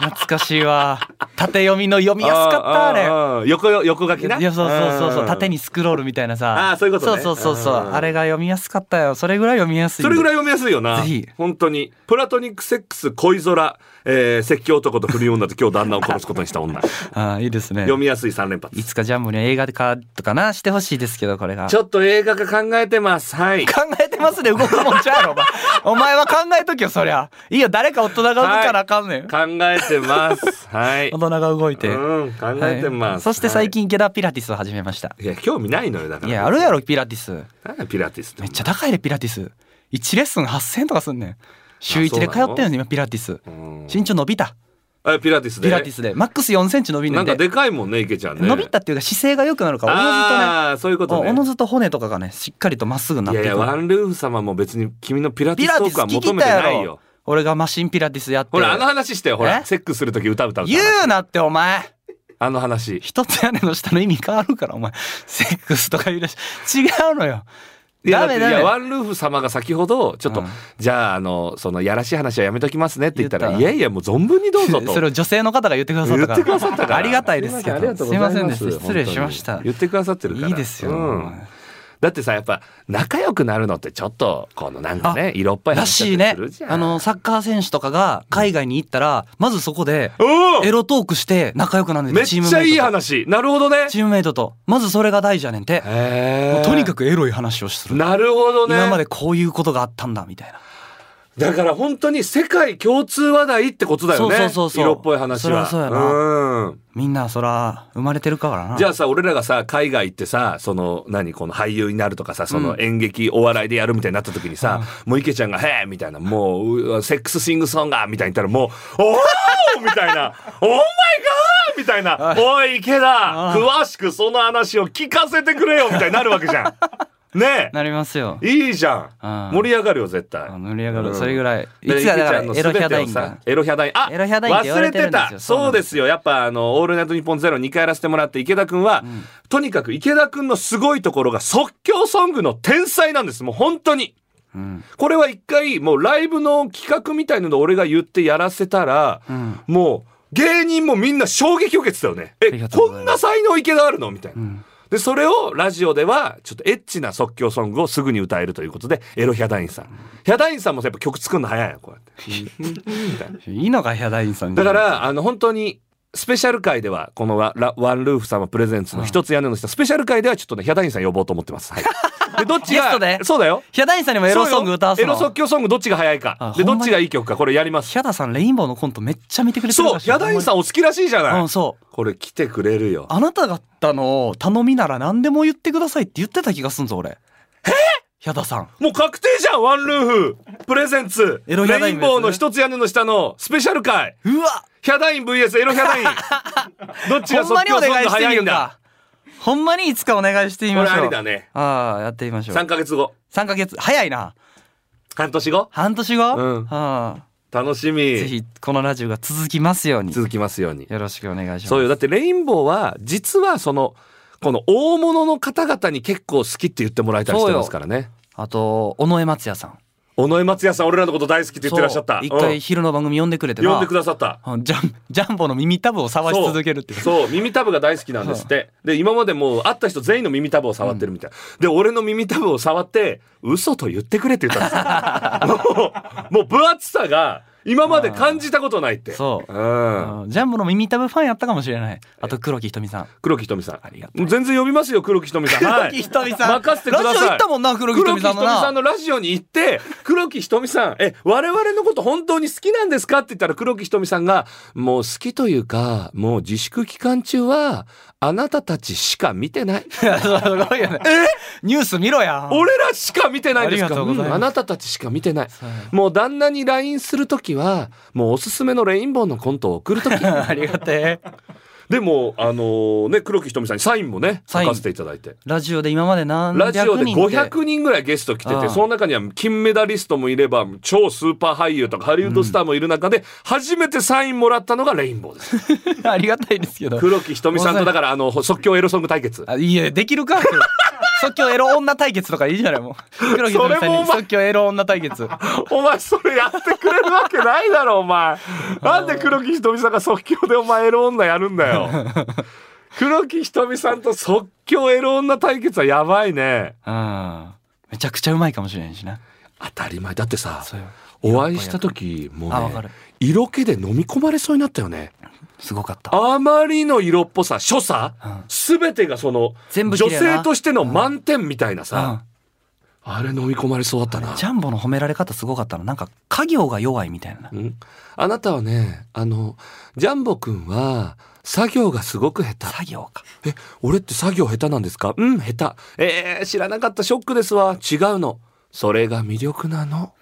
Speaker 3: 懐かしいわ。縦読みの読みやすかったあれ。
Speaker 2: れ横よ横書きない
Speaker 3: やそうそうそうそう縦
Speaker 2: に
Speaker 3: にスクロールみたいなさ
Speaker 2: あーそういうことね
Speaker 3: そうそうそうそう
Speaker 2: うん
Speaker 3: あれが読みやすかったよそれぐらい読みやすい
Speaker 2: それぐら
Speaker 3: い
Speaker 2: い読みやすいよな
Speaker 3: ぜひ
Speaker 2: 本当にプラトニックセックス恋空、えー、説教男と不倫女と今日旦那を殺すことにした 女
Speaker 3: あーいいですね
Speaker 2: 読みやすい3連発
Speaker 3: いつかジャンボには映画化とかなしてほしいですけどこれが
Speaker 2: ちょっと映画化考えてますはい
Speaker 3: 考えてますね動くもんちゃうやろお前 お前は考えときよそりゃいいよ誰か大人が動かなあかんねん、
Speaker 2: 考えて ますはい
Speaker 3: 大人が動いて、
Speaker 2: うん考えてます、
Speaker 3: はいそして
Speaker 2: は
Speaker 3: 最
Speaker 2: い
Speaker 3: 近池田ピラティスを始めました
Speaker 2: いや興味ないのよだから
Speaker 3: いやあるやろピラティス
Speaker 2: なんだピラティスって
Speaker 3: めっちゃ高いでピラティス1レッスン8000円とかすんねん週1で通ってんのに今ピラティス
Speaker 2: うん
Speaker 3: 身長伸びた
Speaker 2: あピラティスで
Speaker 3: ピラティスでマックス4センチ伸びんね
Speaker 2: なんん
Speaker 3: で
Speaker 2: かでかいもんね池ちゃんね
Speaker 3: 伸びたっていうか姿勢が良くなるからおの
Speaker 2: ああーそういうこ
Speaker 3: ずと
Speaker 2: と
Speaker 3: ね
Speaker 2: ね
Speaker 3: おのずと骨とかがねしっかりとまっすぐになっ
Speaker 2: い
Speaker 3: て
Speaker 2: や
Speaker 3: い
Speaker 2: い
Speaker 3: く
Speaker 2: やワンルーフ様も別に君のピラティ
Speaker 3: ピ
Speaker 2: ス
Speaker 3: ラテ
Speaker 2: ト
Speaker 3: ィ
Speaker 2: ーク
Speaker 3: ス
Speaker 2: は求
Speaker 3: 聞き
Speaker 2: めて
Speaker 3: た
Speaker 2: ないい
Speaker 3: や
Speaker 2: よ
Speaker 3: ろ俺がマシンピラティスやって
Speaker 2: ほらあの話してよほら
Speaker 3: え
Speaker 2: セックスするとき歌歌うた
Speaker 3: 言うなってお前
Speaker 2: あの話
Speaker 3: 一つ屋根の下の意味変わるからお前セックスとか言うらし違うのよ
Speaker 2: いや
Speaker 3: ダメ
Speaker 2: だっていや
Speaker 3: ダメ
Speaker 2: ワンルーフ様が先ほどちょっと、
Speaker 3: うん
Speaker 2: じゃああのそのやらしい話はやめときますねって言ったら
Speaker 3: 言っ
Speaker 2: い
Speaker 3: た
Speaker 2: やいやもう存分にどうぞと
Speaker 3: それを女性の方が言ってくださったから
Speaker 2: 言ってくださったから
Speaker 3: ありがたいですけどすいませんでした失礼しま
Speaker 2: 本
Speaker 3: した
Speaker 2: 当に言ってくださってるから
Speaker 3: いいですよ
Speaker 2: うんだってさやっぱ仲良くなるのってちょっとこのなんかね色っぽい
Speaker 3: ら
Speaker 2: 話
Speaker 3: しい
Speaker 2: だった
Speaker 3: ね
Speaker 2: りするじゃん
Speaker 3: あのサッカー選手とかが海外に行ったらまずそこで
Speaker 2: おお
Speaker 3: エロトークして仲良くなるん
Speaker 2: め
Speaker 3: で
Speaker 2: っ
Speaker 3: すチーム
Speaker 2: ちゃ
Speaker 3: メ
Speaker 2: い
Speaker 3: イ
Speaker 2: い
Speaker 3: トと
Speaker 2: 話なるほどね
Speaker 3: チームメイトとまずそれが大事やねんて
Speaker 2: へ
Speaker 3: もうとにか
Speaker 2: く
Speaker 3: くエロい話をする
Speaker 2: なるほどね
Speaker 3: 今までこういうことがあったんだみたいな
Speaker 2: だから本当に世界共通話題ってことだよね
Speaker 3: そうそうそうそう
Speaker 2: 色っぽい話は
Speaker 3: そりゃそうやな
Speaker 2: うん
Speaker 3: みんなそら生まれてるからな
Speaker 2: じゃあさ俺らがさ海外行ってさその何この俳優になるとかさその演劇、お笑いでやるみたいになった時にさ、もう池ちゃんが「へえ」みたいなもううセックスシングソンガーみたいに言ったら もう「おお!」みたいな「オーマイガー!」みたいな「おい池田詳しくその話を聞かせてくれよ」みたいになるわけじゃ ん。ね
Speaker 3: なりますよ
Speaker 2: えいいじゃん
Speaker 3: うん
Speaker 2: 盛り上がるよ絶対。
Speaker 3: あ盛り上がる、
Speaker 2: うん
Speaker 3: それぐらいい
Speaker 2: で
Speaker 3: つやだから
Speaker 2: 池
Speaker 3: エ
Speaker 2: ちゃんの
Speaker 3: ロ
Speaker 2: 全
Speaker 3: ヒ
Speaker 2: てを
Speaker 3: ャダイン
Speaker 2: さ
Speaker 3: が
Speaker 2: エロヒャダインあ
Speaker 3: エロヒャダインって言われてるんですよ
Speaker 2: 忘れてたそうですよやっぱあの「オールナイトニッポンゼロ2回やらせてもらって池田君は、とにかく池田君のすごいところが即興ソングの天才なんですもう本当に
Speaker 3: うん
Speaker 2: これは一回もうライブの企画みたいなのを俺が言ってやらせたら、
Speaker 3: うん
Speaker 2: もう芸人もみんな衝撃を受けてたよね
Speaker 3: り
Speaker 2: え
Speaker 3: がとうご
Speaker 2: こ
Speaker 3: ざいます
Speaker 2: んな才能池田あるのみたいな、
Speaker 3: ん
Speaker 2: でそれをラジオではちょっとエッチな即興ソングをすぐに歌えるということでエロヒャダインさんヒャダインさんもやっぱ曲作るの早いなこうやって
Speaker 3: いいのかヒャダインさん
Speaker 2: だから、あの、本当に、スペシャル回では、このワラワンルーフ様プレゼンツの一つ屋根の下、スペシャル回ではちょっとね、ヒャダインさん呼ぼうと思ってます。はい。で、どっち
Speaker 3: ゲス
Speaker 2: が
Speaker 3: トで、
Speaker 2: そうだよ。
Speaker 3: ヒャダインさんにもエロソング歌わす
Speaker 2: そうよ
Speaker 3: の
Speaker 2: エロ即興ソングどっちが早いか
Speaker 3: あ。
Speaker 2: で、
Speaker 3: ほ
Speaker 2: ど
Speaker 3: んまに
Speaker 2: っちがいい曲か、これやります。
Speaker 3: ヒャダさんレインボーのコントめっちゃ見てくれてる
Speaker 2: そう、
Speaker 3: らしい
Speaker 2: ヒャダインさんお好きらしいじゃない。
Speaker 3: うんそう
Speaker 2: これ来てくれるよ。
Speaker 3: あなた方の頼みなら何でも言ってくださいって言ってた気がすんぞ俺えヒャダさん
Speaker 2: もう確定じゃん、ワンルーフ。プレゼンツ。
Speaker 3: エロヒャダ
Speaker 2: レイ
Speaker 3: イン
Speaker 2: ン
Speaker 3: のやつ
Speaker 2: ボーの一つ屋根の下のスペシャル回。
Speaker 3: うわ
Speaker 2: ヒャダイン VS エロヒャダイ ン。どっちが
Speaker 3: ほ
Speaker 2: 即
Speaker 3: んまに
Speaker 2: 興
Speaker 3: お
Speaker 2: ソング
Speaker 3: 願いして
Speaker 2: 早
Speaker 3: み
Speaker 2: い
Speaker 3: る
Speaker 2: んだ。
Speaker 3: かほんまにいつかお願いしてみましょ
Speaker 2: こ
Speaker 3: う
Speaker 2: れありだね
Speaker 3: ああやってみましょう
Speaker 2: 3ヶ月後、
Speaker 3: 3ヶ月早いな
Speaker 2: 半年後、
Speaker 3: 半年後、
Speaker 2: うん
Speaker 3: あ
Speaker 2: 楽し
Speaker 3: あ
Speaker 2: み。
Speaker 3: ぜひこのラジオが続きますように
Speaker 2: 続きますように。
Speaker 3: よろしくお願いします
Speaker 2: そうよ。だってレインボーは、実はその、この大物の方々に結構好きって言ってもらえたりしてますからね。
Speaker 3: あと尾上松也さん
Speaker 2: 尾上松也さん、俺らのこと大好きって言ってらっしゃった。
Speaker 3: そう一
Speaker 2: う
Speaker 3: 回
Speaker 2: ん
Speaker 3: 昼の番組呼んでくれてな
Speaker 2: 呼んでくださった。
Speaker 3: うんジャン ジャンボの耳たぶを触し
Speaker 2: そう
Speaker 3: 続けるっていう
Speaker 2: そう耳たぶが大好きなんですってで今までもう会った人全員の耳たぶを触ってるみたい、で俺の耳たぶを触って嘘と言ってくれって言ったん ですよもうもう分厚さが今まで感じたことないって
Speaker 3: そう
Speaker 2: うん
Speaker 3: うんジャンボの耳たぶファンやったかもしれないあと黒木ひとみさん
Speaker 2: 黒木ひとみさん
Speaker 3: ありがとう
Speaker 2: 全然呼びますよ黒木ひとみさん
Speaker 3: 黒木ひとみさん
Speaker 2: はい任せてください
Speaker 3: ラジオ行ったもんな黒木ひとみさん
Speaker 2: 黒
Speaker 3: のな
Speaker 2: 木ひとみさ んのラジオに行って黒木ひとみさんえ我々のこと本当に好きなんですかって言ったら黒木ひとみさんがもう好きというかもう自粛期間中はあなたたちしか見てない
Speaker 3: いやすごいよねニュース見ろや
Speaker 2: 俺らしか見てないんです
Speaker 3: あり
Speaker 2: か
Speaker 3: がとうございます
Speaker 2: んあなたたちしか見てない
Speaker 3: そう
Speaker 2: もう旦那に LINE するときはもうおすすめのレインボーのコントを送ると き
Speaker 3: ありがてえ
Speaker 2: でもあのね黒木ひとみさんにサインもね書
Speaker 3: サイン
Speaker 2: かせていただいて
Speaker 3: ラジオで今まで何
Speaker 2: ラ
Speaker 3: 百人
Speaker 2: ジオで
Speaker 3: って
Speaker 2: 500人ぐらいゲスト来て
Speaker 3: あ
Speaker 2: て
Speaker 3: あ
Speaker 2: その中には金メダリストもいれば超スーパー俳優とかハリウッドスターもいる中で初めてサインもらったのがレインボーです、
Speaker 3: ありがたいですけど
Speaker 2: 黒木ひとみさんとだからあの即興エロソング対決
Speaker 3: あいやできるか即興エロ女対決とかいいじゃないもう黒木ひとみ
Speaker 2: そ
Speaker 3: さ
Speaker 2: れ
Speaker 3: ん
Speaker 2: もお
Speaker 3: に
Speaker 2: 前
Speaker 3: 即興エロ女対決
Speaker 2: お前それやってくれるわけないだろお前なんで黒木ひとみさんが即興でお前エロ女やるんだ よ黒木ひとみさんと即興エロ女対決はやばいね
Speaker 3: うんめちゃくちゃうまいかもしれんしな
Speaker 2: 当たり前だってさ
Speaker 3: そうよ
Speaker 2: お会いした時もう
Speaker 3: あわか
Speaker 2: ね
Speaker 3: る
Speaker 2: 色気で飲み込まれそうになったよね
Speaker 3: すごかった
Speaker 2: あまりの色っぽさ、所作、
Speaker 3: うん
Speaker 2: すべてがその、
Speaker 3: 全部綺
Speaker 2: 女
Speaker 3: 麗な
Speaker 2: 性としての満点みたいな
Speaker 3: うん
Speaker 2: さ、あれ飲み込まれそうだったな。
Speaker 3: ジャンボの褒められ方すごかったのなんか家業が弱いみたいな
Speaker 2: うんあなたはね、あの、ジャンボくんは、作業がすごく下手。
Speaker 3: 作業か
Speaker 2: え、俺って作業下手なんですかうん、下手。えー、知らなかった、ショックですわ。違うの。それが魅力なの。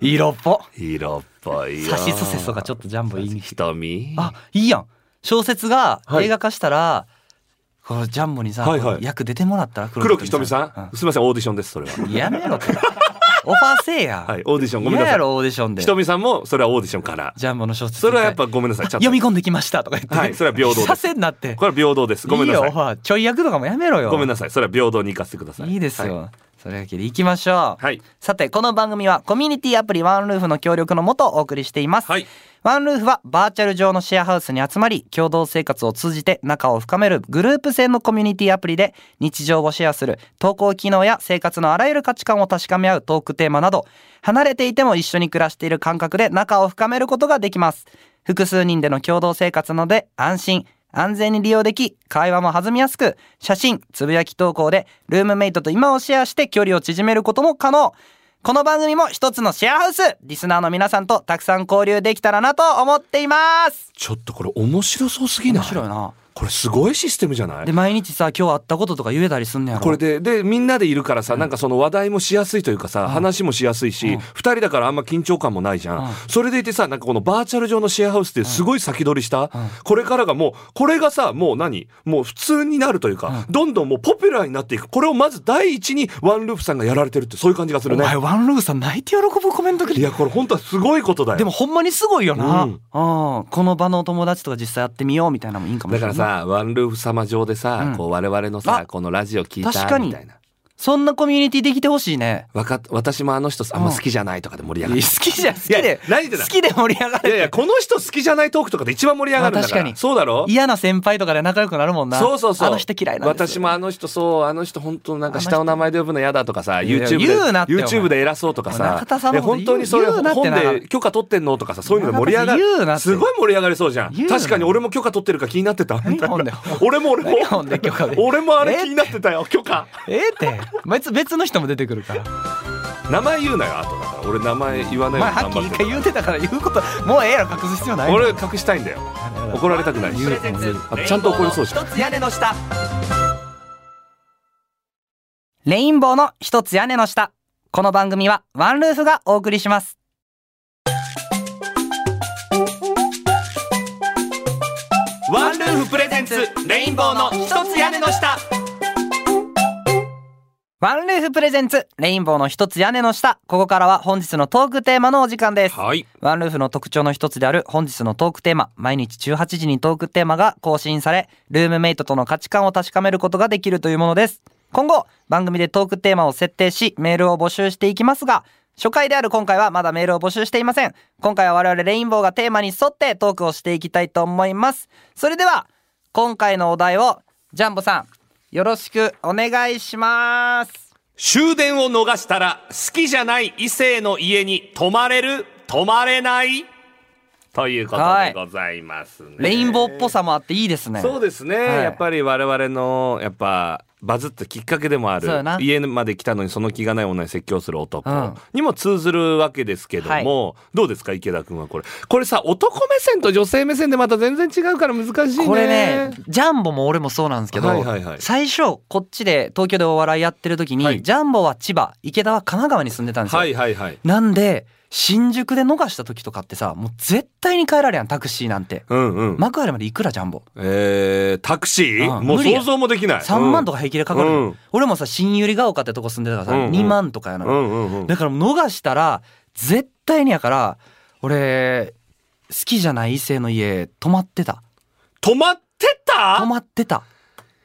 Speaker 3: 色っぽ
Speaker 2: 色っぽいよ。
Speaker 3: さしすせそがちょっとジャンボいい
Speaker 2: 瞳。
Speaker 3: あいいやん小説が
Speaker 2: はい
Speaker 3: 映画化したら、このジャンボにさ、
Speaker 2: はいはい
Speaker 3: 役出てもらったら
Speaker 2: 黒木ひとみさん、
Speaker 3: う
Speaker 2: すみません、オーディションです、それは。
Speaker 3: んやめろって オファーせえや。
Speaker 2: はい、オーディションごめん
Speaker 3: 嫌
Speaker 2: なさ
Speaker 3: や
Speaker 2: い。
Speaker 3: ろ、オーディションで。
Speaker 2: ひとみさんもそれはオーディションから。
Speaker 3: ジャンボの小説。
Speaker 2: それはやっぱごめんなさい。ちょっと
Speaker 3: 読み込んできましたとか言って。
Speaker 2: はいそれは平等です
Speaker 3: させんなって。
Speaker 2: これは平等です。ごめんないさ
Speaker 3: い
Speaker 2: い
Speaker 3: よ、オ。ファー。ちょい役とかもやめろよ。
Speaker 2: ごめんなさい。それは平等に行かせてください。
Speaker 3: いいですよ。
Speaker 2: は
Speaker 3: それだけで行きましょう。
Speaker 2: はい
Speaker 3: さて、この番組はコミュニティアプリワンルーフの協力のもとお送りしています。
Speaker 2: はい
Speaker 3: ワンルーフはバーチャル上のシェアハウスに集まり、共同生活を通じて仲を深めるグループ性のコミュニティアプリで日常をシェアする投稿機能や生活のあらゆる価値観を確かめ合うトークテーマなど、離れていても一緒に暮らしている感覚で仲を深めることができます。複数人での共同生活なので安心、安全に利用でき、会話も弾みやすく、写真、つぶやき投稿で、ルームメイトと今をシェアして距離を縮めることも可能。この番組も一つのシェアハウス、リスナーの皆さんとたくさん交流できたらなと思っています。
Speaker 2: ちょっとこれ面白そうすぎない。
Speaker 3: な。
Speaker 2: これすごいシステムじゃない
Speaker 3: で、毎日さ、今日会ったこととか言えたりすんねやろ。
Speaker 2: これで、で、みんなでいるからさ、なんかその話題もしやすいというかさ、話もしやすいし、二人だからあんま緊張感もないじゃん。それでいてさ、なんかこのバーチャル上のシェアハウスってすごい先取りした、これからがもう、これがさ、もう何もう普通になるというか、どんどんもうポピュラーになっていく。これをまず第一にワンループさんがやられてるって、そういう感じがする
Speaker 3: お
Speaker 2: ね
Speaker 3: 前、。ワンルーフさん泣いて喜ぶコメントく
Speaker 2: い
Speaker 3: れ
Speaker 2: や、これ本当はすごいことだよ。
Speaker 3: でもほんまにすごいよな。
Speaker 2: う
Speaker 3: うんん。この場のお友達とか実際やってみようみたいなのもいいんかも
Speaker 2: だ
Speaker 3: し
Speaker 2: か
Speaker 3: れない。
Speaker 2: ら、さ、ワンルーフ様上でさ、
Speaker 3: うん
Speaker 2: こう我々のさ、
Speaker 3: あ
Speaker 2: このラジオ聞い
Speaker 3: 確か
Speaker 2: た
Speaker 3: に
Speaker 2: みたいな。
Speaker 3: そんなコミュニティできてほしいね。
Speaker 2: わかっ私もあの人あんま好きじゃないとかで盛り上が
Speaker 3: い
Speaker 2: る
Speaker 3: や。好きじゃん好き
Speaker 2: いや
Speaker 3: で
Speaker 2: 何言ってんだ
Speaker 3: 好きで盛り上が
Speaker 2: いやい
Speaker 3: れ
Speaker 2: や、この人好きじゃないトークとかで一番盛り上がるんだから。
Speaker 3: あ確かに
Speaker 2: そうだろ
Speaker 3: 嫌な先輩とかで仲良くなるもんな
Speaker 2: そうそうそう。
Speaker 3: あの人嫌いなんです
Speaker 2: 私もあの人そう、あの人本当なんか
Speaker 3: あの人
Speaker 2: 下の名前で呼ぶの嫌だとかさ、
Speaker 3: いや
Speaker 2: YouTube で、
Speaker 3: 言うなってお前
Speaker 2: YouTube で偉そうとかさ
Speaker 3: 中田さ、んの
Speaker 2: いや
Speaker 3: こと
Speaker 2: 本
Speaker 3: 言う
Speaker 2: 当にそれ
Speaker 3: 言うなって
Speaker 2: 本
Speaker 3: な
Speaker 2: で許可取ってんのとかさ、そういうので盛り上が
Speaker 3: 中田さん言うなっ
Speaker 2: る。
Speaker 3: て
Speaker 2: すごい盛り上がりそうじゃん
Speaker 3: 言。うな
Speaker 2: 確かに俺も許可取ってるか気になってた。みたい
Speaker 3: 何本で
Speaker 2: な 俺も俺も
Speaker 3: 何本で許可で。
Speaker 2: 俺もあれ気になってたよ、許可。
Speaker 3: ええって別別の人も出てくるから
Speaker 2: 名前言うなよ、後だから。俺名前言わ
Speaker 3: お
Speaker 2: ない
Speaker 3: 前
Speaker 2: ように
Speaker 3: は
Speaker 2: 頑張っ
Speaker 3: っきり一
Speaker 2: て
Speaker 3: 回言うてたから言うこともうええやろ隠す必要ない
Speaker 2: 俺隠したいんだよ。怒られたくないし。あちゃんと怒りそうじゃん。
Speaker 3: 一つ屋根の下レインボーの一つ屋根の下この番組はワンルーフがお送りします
Speaker 2: ワンルーフプレゼンツレインボーの一つ屋根の下
Speaker 3: ワンルーフプレゼンツレインボーの一つ屋根の下ここからは本日のトークテーマのお時間です
Speaker 2: はい
Speaker 3: ワンルーフの特徴の一つである本日のトークテーマ、毎日18時にトークテーマが更新され、ルームメイトとの価値観を確かめることができるというものです。今後、番組でトークテーマを設定し、メールを募集していきますが、初回である今回はまだメールを募集していません。今回は我々レインボーがテーマに沿ってトークをしていきたいと思います。それでは、今回のお題を、ジャンボさん、よろしくお願いします。
Speaker 2: 終電を逃したら好きじゃない異性の家に泊まれる泊まれないということでございますね、
Speaker 3: レインボーっぽさもあっていいですね。
Speaker 2: そうですね、
Speaker 3: はい
Speaker 2: やっぱり我々のやっぱバズったきっかけでもある
Speaker 3: そうやな
Speaker 2: 家まで来たのにその気がない女に説教する男
Speaker 3: うん
Speaker 2: にも通ずるわけですけども、どうですか池田君はこれこれさ男目線と女性目線でまた全然違うから難しいね
Speaker 3: これねジャンボも俺もそうなんですけど、
Speaker 2: はいはいはい
Speaker 3: 最初こっちで東京でお笑いやってる時に、
Speaker 2: はい
Speaker 3: ジャンボは千葉池田は神奈川に住んでたんですよ、
Speaker 2: はいはいはい
Speaker 3: なんで新宿で逃した時とかってさもう絶対に帰られやんタクシーなんて、
Speaker 2: うんうん
Speaker 3: 幕張までいくらジャンボ
Speaker 2: えー、タクシー、
Speaker 3: うん
Speaker 2: もう
Speaker 3: 無理や
Speaker 2: 想像もできない。
Speaker 3: 3万と
Speaker 2: か。
Speaker 3: か平気でかかるの、
Speaker 2: うん
Speaker 3: 俺もさ新百合ヶ丘ってとこ住んでたから
Speaker 2: うん
Speaker 3: さ、
Speaker 2: うん
Speaker 3: 二2万とかやな、
Speaker 2: うんうんうん。
Speaker 3: だからもう逃したら絶対にやから俺好きじゃない異性の家泊まってた
Speaker 2: 止まって
Speaker 3: 泊
Speaker 2: た
Speaker 3: まっ てた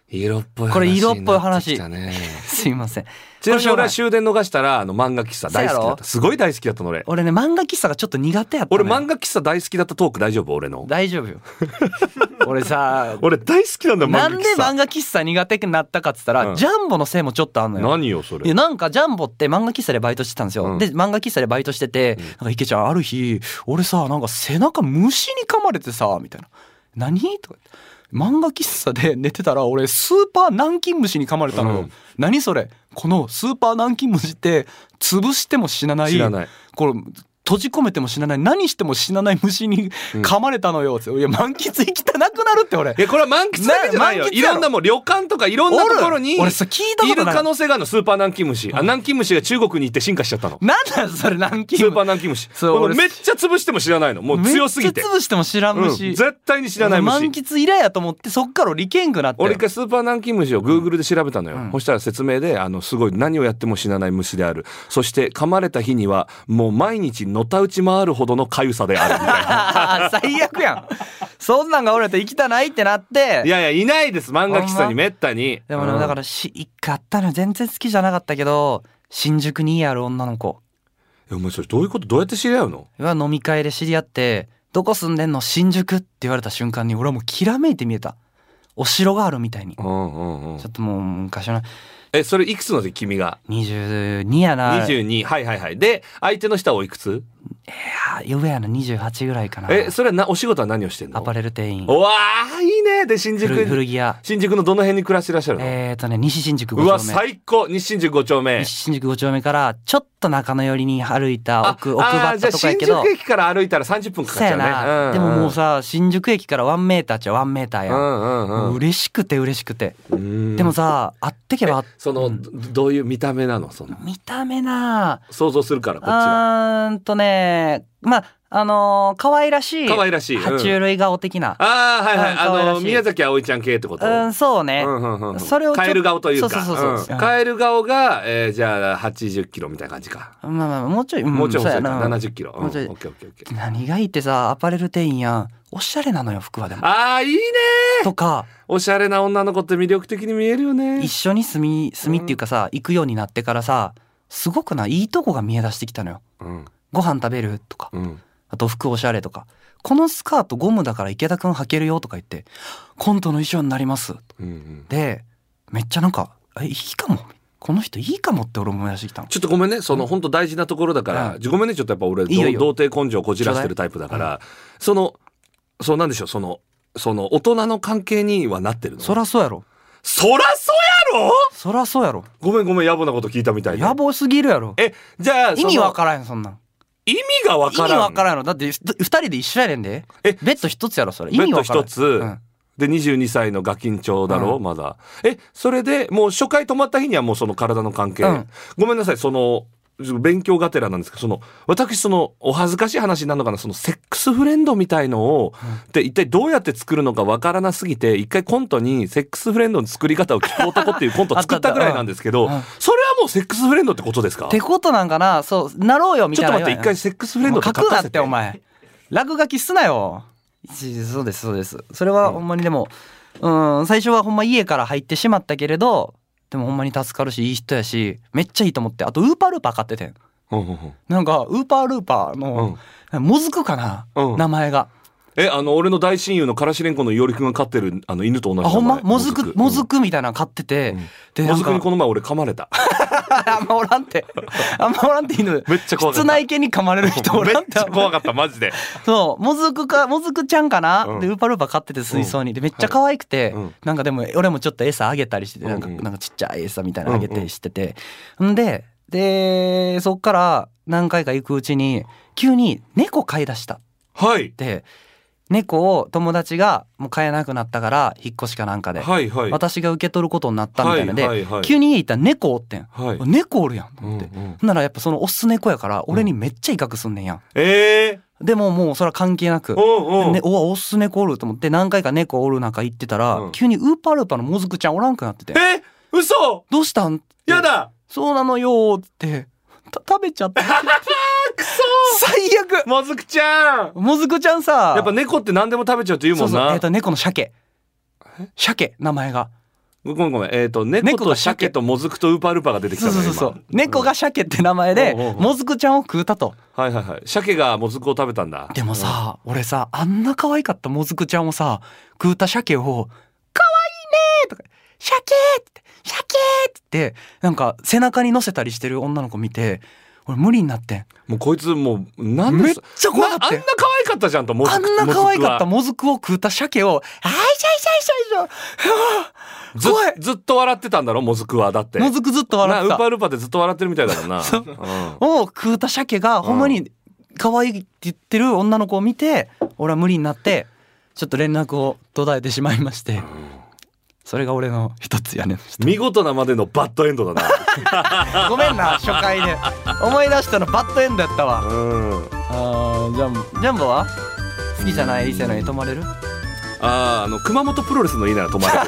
Speaker 2: 色っぽい話
Speaker 3: これ色っぽい話
Speaker 2: になってきたね
Speaker 3: すいません
Speaker 2: ちなみに
Speaker 3: こ
Speaker 2: 俺
Speaker 3: れ
Speaker 2: は
Speaker 3: しょう
Speaker 2: 終電逃したら、あの漫画喫茶大好き
Speaker 3: そう
Speaker 2: だ
Speaker 3: や
Speaker 2: っ
Speaker 3: ろ
Speaker 2: た。すごい大好きだったの俺。
Speaker 3: 俺ね漫画喫茶がちょっと苦手やった
Speaker 2: 俺
Speaker 3: のよ
Speaker 2: 漫画喫茶大好きだったトーク大丈夫俺の。
Speaker 3: 大丈夫 よ俺さ
Speaker 2: 俺大好きなんだ
Speaker 3: な
Speaker 2: 漫
Speaker 3: ん
Speaker 2: 画
Speaker 3: で
Speaker 2: 喫
Speaker 3: 漫
Speaker 2: 茶。
Speaker 3: 画喫茶苦手になったかっつったら、
Speaker 2: うん
Speaker 3: ジャンボのせいもちょっとあんのよ
Speaker 2: 何よそ
Speaker 3: いや
Speaker 2: れ。
Speaker 3: なんかジャンボって漫画喫茶でバイトしてたんですよ、
Speaker 2: うん
Speaker 3: で漫画喫茶でバイトしてて、なんか池ちゃんある日俺さなんか背中虫に噛まれてさみたいな「何?」とか言って漫画喫茶で寝てたら俺スーパー南京虫に噛まれたのよ、
Speaker 2: うん
Speaker 3: 何それこのスーパー南京虫って潰しても死なない
Speaker 2: 死なない
Speaker 3: これ閉じ込めても死なない何しても死なない虫に噛まれたのよつっていや満喫行きたなくなるって俺
Speaker 2: いやこれは満喫だけじゃないよ
Speaker 3: な満喫
Speaker 2: い
Speaker 3: やろ
Speaker 2: ろんなもう旅館とかいろんな
Speaker 3: おる
Speaker 2: ところに
Speaker 3: 俺それ聞いたことない
Speaker 2: る可能性があるのスーパーナンキムシあナンキムシが中国に行って進化しちゃったの
Speaker 3: なんなんそれ軟禁
Speaker 2: スーパーナンキムシ
Speaker 3: そう
Speaker 2: この
Speaker 3: 俺
Speaker 2: めっちゃ潰しても知らないのもう強すぎて
Speaker 3: めっちゃ潰しても知らん虫、
Speaker 2: うん絶対に知らない
Speaker 3: 満
Speaker 2: 虫
Speaker 3: 喫以来やと思ってそっから俺行けんくなって
Speaker 2: 俺一回スーパーナンキムシをグーグルで調べたのよ、
Speaker 3: うん
Speaker 2: そしたら説明であのすごい何をやっても死なない虫であるそして噛まれた日にはもう毎日のたうち回るほどの痒さであるみたいな
Speaker 3: 最悪やんそんなんが俺と行きたないってなって
Speaker 2: いやいやいないです漫画喫茶
Speaker 3: ほんま
Speaker 2: にめったに
Speaker 3: でもね、
Speaker 2: うん
Speaker 3: だからし一回あったのよ全然好きじゃなかったけど新宿に家ある女の子
Speaker 2: えお前それどういうことどうやって知り合うの
Speaker 3: は飲み会で知り合って「どこ住んでんの新宿」って言われた瞬間に俺はもうきらめいて見えたお城があるみたいに
Speaker 2: うんうんうん
Speaker 3: ちょっともう昔の
Speaker 2: えそれいくつの時君が
Speaker 3: 22やな
Speaker 2: 22はいはいはいで相手の人はおいくつ
Speaker 3: あ上やな28ぐらいかな
Speaker 2: えそれはなお仕事は何をしてんの
Speaker 3: アパレル店員
Speaker 2: うわーいいねで新宿
Speaker 3: 古古着屋
Speaker 2: 新宿のどの辺に暮らしてらっしゃるの、
Speaker 3: えーとね西新宿5
Speaker 2: うわ
Speaker 3: 丁目
Speaker 2: 最高西新宿5丁目
Speaker 3: 西新宿5丁目からちょっと中野寄りに歩いた奥奥
Speaker 2: あ
Speaker 3: ば
Speaker 2: あ
Speaker 3: っ
Speaker 2: ーじゃ
Speaker 3: た
Speaker 2: あ
Speaker 3: とかや
Speaker 2: 新
Speaker 3: けど
Speaker 2: 宿駅から歩いたら30分かか
Speaker 3: そ
Speaker 2: っ
Speaker 3: う
Speaker 2: ちゃう
Speaker 3: や
Speaker 2: ね
Speaker 3: な、
Speaker 2: ん
Speaker 3: でももうさ新宿駅からワンメーターっちゃワンメーター
Speaker 2: う
Speaker 3: やん、
Speaker 2: んうん
Speaker 3: も
Speaker 2: う
Speaker 3: うん嬉しくて嬉しくて、
Speaker 2: うん
Speaker 3: でもさ会ってけば
Speaker 2: そのどどういう見た目なのその
Speaker 3: 見た目な
Speaker 2: 想像するからこっちは
Speaker 3: あうーんとねまああのー可愛らしい
Speaker 2: 可愛らしいうん
Speaker 3: 爬虫類顔的な
Speaker 2: ああはいはい
Speaker 3: うん可愛
Speaker 2: あ
Speaker 3: らし
Speaker 2: の
Speaker 3: い
Speaker 2: 宮崎あおいちゃん系ってこ
Speaker 3: う
Speaker 2: と
Speaker 3: んそうね、
Speaker 2: うんうんうんうん
Speaker 3: それをちょ
Speaker 2: カエル顔というか
Speaker 3: そうそうそうそう
Speaker 2: うんカエル顔がえーじゃあ80キロみたいな感じか
Speaker 3: まあまあもうちょい、ん
Speaker 2: もうちょい細い
Speaker 3: そうや
Speaker 2: か
Speaker 3: な
Speaker 2: 70キロうん
Speaker 3: も
Speaker 2: オ
Speaker 3: うちょい
Speaker 2: ッケーオッケーオッケー
Speaker 3: 何がいいってさアパレル店員やんおしゃれなのよ服はでも
Speaker 2: ああいいね
Speaker 3: とか
Speaker 2: おしゃれな女の子って魅力的に見えるよね
Speaker 3: 一緒に住み住みっていうかさ行くようになってからさすごくないいとこが見え出してきたのよ
Speaker 2: うん
Speaker 3: ご飯食べるとか
Speaker 2: うん
Speaker 3: あと服おしゃれとか、このスカートゴムだから池田くん履けるよとか言って、コントの衣装になります。
Speaker 2: うんうん
Speaker 3: で、めっちゃなんか、え、いいかも。この人いいかもって俺思い出してきたの。
Speaker 2: ちょっとごめんね、その本当大事なところだから、
Speaker 3: う
Speaker 2: ごめんね、ちょっとやっぱ俺、
Speaker 3: いいよいいよ
Speaker 2: 童童貞根性をこじらしてるタイプだから、その、そうなんでしょう、その、その大人の関係にはなってるの
Speaker 3: そらそうやろ。
Speaker 2: そらそうやろ
Speaker 3: そらそうやろ。
Speaker 2: ごめんごめん、野暮なこと聞いたみたいで
Speaker 3: 野暮すぎるやろ。
Speaker 2: え、じゃあ、
Speaker 3: 意味わ
Speaker 2: らん。
Speaker 3: からんよ、そんなん。
Speaker 2: 意味がわ
Speaker 3: 意
Speaker 2: からん。
Speaker 3: 味わからんやろ。だって、ふ二人で一緒やねんで。
Speaker 2: え
Speaker 3: ベッド一つやろ、それ。意味わから
Speaker 2: ベッド
Speaker 3: ん。
Speaker 2: 一つ
Speaker 3: うん
Speaker 2: で、22歳のガキンチョだろ、
Speaker 3: う
Speaker 2: まだ。え、それでもう初回泊まった日にはもうその体の関係。
Speaker 3: うん
Speaker 2: ごめんなさい、その、勉強がてらなんですけど、その、私、その、お恥ずかしい話になるのかな、その、セックスフレンドみたいのを、で、一体どうやって作るのかわからなすぎて、一回コントに、セックスフレンドの作り方を聞く男っていうコントを作ったぐらいなんですけど
Speaker 3: あったあった、
Speaker 2: それはもうセックスフレンドってことですか
Speaker 3: ってことなんかな、そう、なろうよ、み
Speaker 2: ち
Speaker 3: た
Speaker 2: ょ
Speaker 3: い
Speaker 2: っと
Speaker 3: な言
Speaker 2: 待って、
Speaker 3: わへん。
Speaker 2: 一回セックスフレンドって
Speaker 3: 書
Speaker 2: 書
Speaker 3: く
Speaker 2: か
Speaker 3: な
Speaker 2: せ
Speaker 3: ってて、お。前。落書きすなよ。一そうです、そうです。それはほんまにでも、うん、最初はほんま家から入ってしまったけれど、でもほんまに助かるし、いい人やし、めっちゃいいと思って。あと、ウーパールーパー買っててん。
Speaker 2: うんうんうん
Speaker 3: なんか、ウーパールーパーの、もずくかな、
Speaker 2: うん
Speaker 3: 名前が。
Speaker 2: え、あの、俺の大親友のからしれんこのいおりくんが飼ってる、あの、犬と同じ名
Speaker 3: あ、
Speaker 2: 前。
Speaker 3: ほんまもずく、も
Speaker 2: うん
Speaker 3: ずくみたいなの買ってて。で、
Speaker 2: も
Speaker 3: なん
Speaker 2: ずく
Speaker 3: か
Speaker 2: に、この前俺噛まれた。
Speaker 3: あんまおらんって。あんまおらんって犬。
Speaker 2: めっちゃ怖かった
Speaker 3: 室内犬に噛まれる人お
Speaker 2: めっ
Speaker 3: らんって
Speaker 2: ち。ゃ怖かった、マジで。
Speaker 3: そう、もずくか、もずくちゃんかな、
Speaker 2: うん
Speaker 3: で、ウーパールーパー飼ってて水槽に。で、めっちゃ可愛くて、
Speaker 2: はいうん
Speaker 3: なんかでも、俺もちょっと餌あげたりしてて、なんか、
Speaker 2: うんうん
Speaker 3: なんかちっちゃい餌みたいなのあげてしてて。んで、で、そっから何回か行くうちに、急に猫飼い出したっ
Speaker 2: はい。
Speaker 3: て、猫を友達がもう飼えなくなったから、引っ越しかなんかで、
Speaker 2: はいはい。
Speaker 3: 私が受け取ることになったみたいなので、
Speaker 2: はいはいはい
Speaker 3: 急に家行ったら猫おってん。
Speaker 2: はい
Speaker 3: 猫おるやんと
Speaker 2: う
Speaker 3: 思
Speaker 2: ん
Speaker 3: っ
Speaker 2: うん
Speaker 3: て。ほんならやっぱそのオス猫やから、俺にめっちゃ威嚇すんねんやん。
Speaker 2: ええ
Speaker 3: でももうそれは関係なく、
Speaker 2: おうおう
Speaker 3: ね、おわオス猫おると思って何回か猫おる中行ってたら、
Speaker 2: うん
Speaker 3: 急にウーパールーパーのもずくちゃんおらんくなってて
Speaker 2: え嘘
Speaker 3: 「どうしたん?」
Speaker 2: やだ
Speaker 3: そうなのよ」ってた食べちゃった
Speaker 2: くそ
Speaker 3: 最悪
Speaker 2: もずくちゃん
Speaker 3: もずくちゃんさ
Speaker 2: やっぱ猫って何でも食べちゃうって言う
Speaker 3: そ
Speaker 2: も
Speaker 3: うんそう、え
Speaker 2: な
Speaker 3: ー、。と猫の鮭鮭名前が
Speaker 2: ごめんごめん。えっと、猫
Speaker 3: 猫
Speaker 2: と
Speaker 3: が
Speaker 2: 鮭ともずくとウーパールーパーが出てきた
Speaker 3: そう
Speaker 2: の
Speaker 3: そう
Speaker 2: よ
Speaker 3: そう
Speaker 2: 今
Speaker 3: そう猫が鮭って名前で
Speaker 2: おうおうおう
Speaker 3: もずくちゃんを食うたと
Speaker 2: はいはいはい。鮭がもずくを食べたんだ。
Speaker 3: でもさ俺さあんな可愛かったもずくちゃんをさ食うた鮭を「可愛いね」とか「鮭!」って「鮭!」って言ってなんか背中に乗せたりしてる女の子見て俺無理になってん
Speaker 2: もうこいつもう、なんで
Speaker 3: めっちゃ怖かった
Speaker 2: なあんな可愛かったじゃんと、もずく
Speaker 3: あんな可愛かった
Speaker 2: も
Speaker 3: もずくを食うた鮭を「あいしゃいしゃいしゃいし
Speaker 2: ずくは
Speaker 3: 怖い
Speaker 2: ずずっと笑ってたんだろ、もずくは。だって。
Speaker 3: ゃ」もずくずっと笑
Speaker 2: な
Speaker 3: っ
Speaker 2: ウー
Speaker 3: て
Speaker 2: パ
Speaker 3: た
Speaker 2: ールーパーってずっと笑ってるみたいだもんな。うん
Speaker 3: を食うた鮭がほんまに可愛いって言ってる女の子を見て俺は無理になってちょっと連絡を途絶えてしまいましてそれが俺の一つ屋根の下
Speaker 2: 見事なまでのバッドエンドだ
Speaker 3: ごめんな初回で思い出したのバッドエンドやったわ
Speaker 2: なうん
Speaker 3: あージャンジャンボは好きじゃない異性のに泊まれる
Speaker 2: あーあの熊本プロレスの家なら泊まれるよ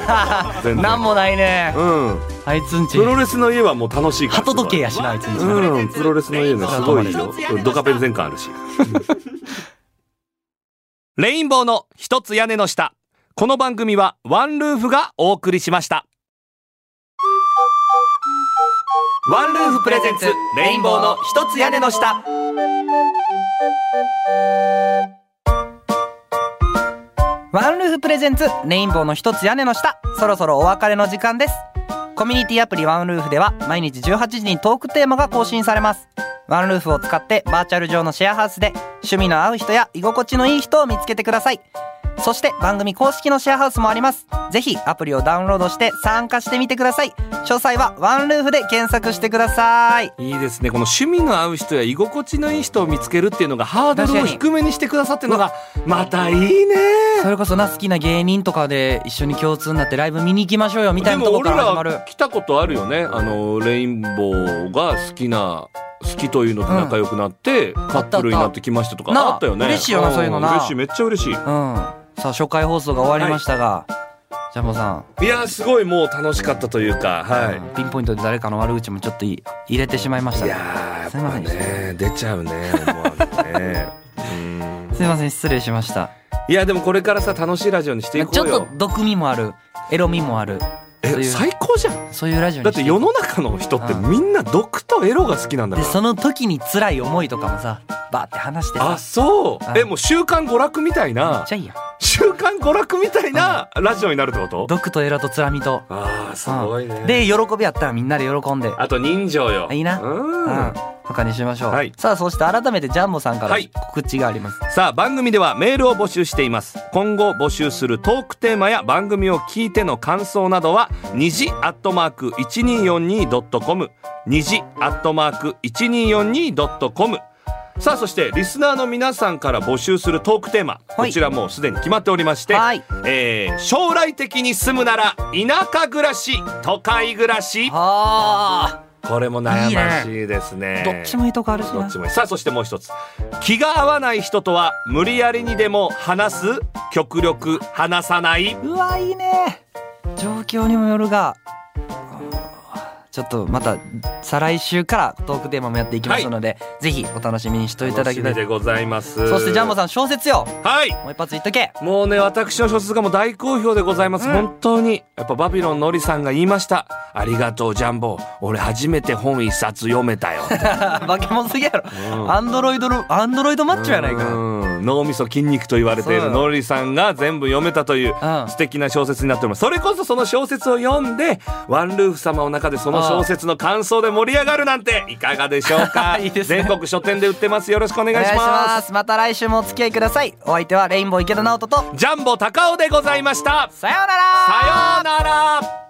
Speaker 2: 全 然
Speaker 3: なんもないね
Speaker 2: うん
Speaker 3: あいつんち
Speaker 2: プロレスの家はもう楽しいから
Speaker 3: 鳩時計やしなあいつんち
Speaker 2: うんプロレスの家ねすごいよドカペン全巻あるし レインボーの一つ屋根の下この番組はワンルーフがお送りしましたワンルーフプレゼンツレインボーの一つ屋根の下
Speaker 3: ワンルーフプレゼンツレインボーの一つ屋根の下そろそろお別れの時間ですコミュニティアプリワンルーフでは毎日18時にトークテーマが更新されますワンルーフを使ってバーチャル上のシェアハウスで趣味の合う人や居心地のいい人を見つけてくださいそして番組公式のシェアハウスもありますぜひアプリをダウンロードして参加してみてください詳細はワンルーフで検索してください
Speaker 2: いいですねこの趣味の合う人や居心地のいい人を見つけるっていうのがハードルを低めにしてくださってるのがまたいいね
Speaker 3: それこそな好きな芸人とかで一緒に共通になってライブ見に行きましょうよみた
Speaker 2: で
Speaker 3: いなと
Speaker 2: も
Speaker 3: こ
Speaker 2: 俺
Speaker 3: ろから始まる
Speaker 2: ら来たことあるよねあのレインボーが好きな好きというのと仲良くなって、カップルになってきましたとか
Speaker 3: なあ
Speaker 2: あったよね
Speaker 3: 嬉しいよなんそういうのな
Speaker 2: 嬉しいめっちゃ嬉しい
Speaker 3: うん。さあ初回放送が終わりましたが、ジャンボさん、
Speaker 2: いやすごいもう楽しかったというかは
Speaker 3: うん
Speaker 2: い、
Speaker 3: ピンポイントで誰かの悪口もちょっとい入れてしまいました
Speaker 2: い
Speaker 3: ね。
Speaker 2: やー
Speaker 3: すいませんでした
Speaker 2: やっぱね出ちゃうね思わずねうん
Speaker 3: すいません失礼しました。
Speaker 2: いやでもこれからさ楽しいラジオにしていこう
Speaker 3: ちょ
Speaker 2: よ
Speaker 3: っと毒味もある、エロ味もある、そう
Speaker 2: え
Speaker 3: いう
Speaker 2: 最高じゃん
Speaker 3: そういうラジオ
Speaker 2: だっ
Speaker 3: にして
Speaker 2: て世の中の人ってみんな毒とエロが好きなんだか
Speaker 3: で
Speaker 2: ら
Speaker 3: その時に辛い思いとかもさ、バーって話してさ、め
Speaker 2: あ
Speaker 3: っ
Speaker 2: そう
Speaker 3: はい
Speaker 2: えもう週刊娯楽みたいな
Speaker 3: ちゃいいやん。
Speaker 2: 週刊娯楽みたいなラジオになるってこと
Speaker 3: 毒とエロと辛味と。
Speaker 2: ああす
Speaker 3: うん
Speaker 2: ごいね
Speaker 3: で喜びあったらみんなで喜んで。
Speaker 2: あと人情よ
Speaker 3: あいいな
Speaker 2: うん
Speaker 3: とかにしましょう、
Speaker 2: はい
Speaker 3: さあそして改めてジャンボさんから
Speaker 2: はい
Speaker 3: 告知があります、
Speaker 2: さあ番組ではメールを募集しています今後募集するトークテーマや番組を聞いての感想などは2時アットマーク 1242.com 2時アットマーク 1242.com さあそしてリスナーの皆さんから募集するトークテーマ、
Speaker 3: はい
Speaker 2: こちらもうすでに決まっておりまして、
Speaker 3: はい
Speaker 2: えー将来的に住むなら田舎暮らし都会暮らし
Speaker 3: は
Speaker 2: これも悩ましいですね
Speaker 3: あ、どっちもいいとこあるし
Speaker 2: ど
Speaker 3: な
Speaker 2: っちもいいさあそしてもう一つ気が合わない人とは無理やりにでも話す極力話さないう
Speaker 3: わいいね状況にもよるがあーちょっとまた再来週からトークテーマもやっていきますので、ぜひお楽しみにしていただき
Speaker 2: 楽
Speaker 3: た
Speaker 2: しみ
Speaker 3: い
Speaker 2: でございます
Speaker 3: そしてジャンボさん小説よ
Speaker 2: んはい
Speaker 3: もう一発言っ とけ
Speaker 2: もうね私の小説がもう大好評でございます、本当にやっぱバビロンのりさんが言いました「ありがとうジャンボ俺初めて本一冊読めたよ」
Speaker 3: 化け物すぎやろ、アンドロイドのアンドロイドマッチョやないか
Speaker 2: うん脳みそ筋肉と言われてい
Speaker 3: そう
Speaker 2: るのりさんが全部読めたという
Speaker 3: うん
Speaker 2: 素敵な小説になっておりますそれこそその小説を読んでワンルーフ様の中でその小説の感想で盛り上がるなんていかがでしょうか
Speaker 3: いいですね
Speaker 2: 全国書店で売ってますよろしくお願い
Speaker 3: お願い
Speaker 2: し
Speaker 3: し
Speaker 2: ま
Speaker 3: ますすまた来週もお付き合いくださいお相手はレインボー池田直人と
Speaker 2: ジャンボ高尾でございました
Speaker 3: さようなら
Speaker 2: さようなら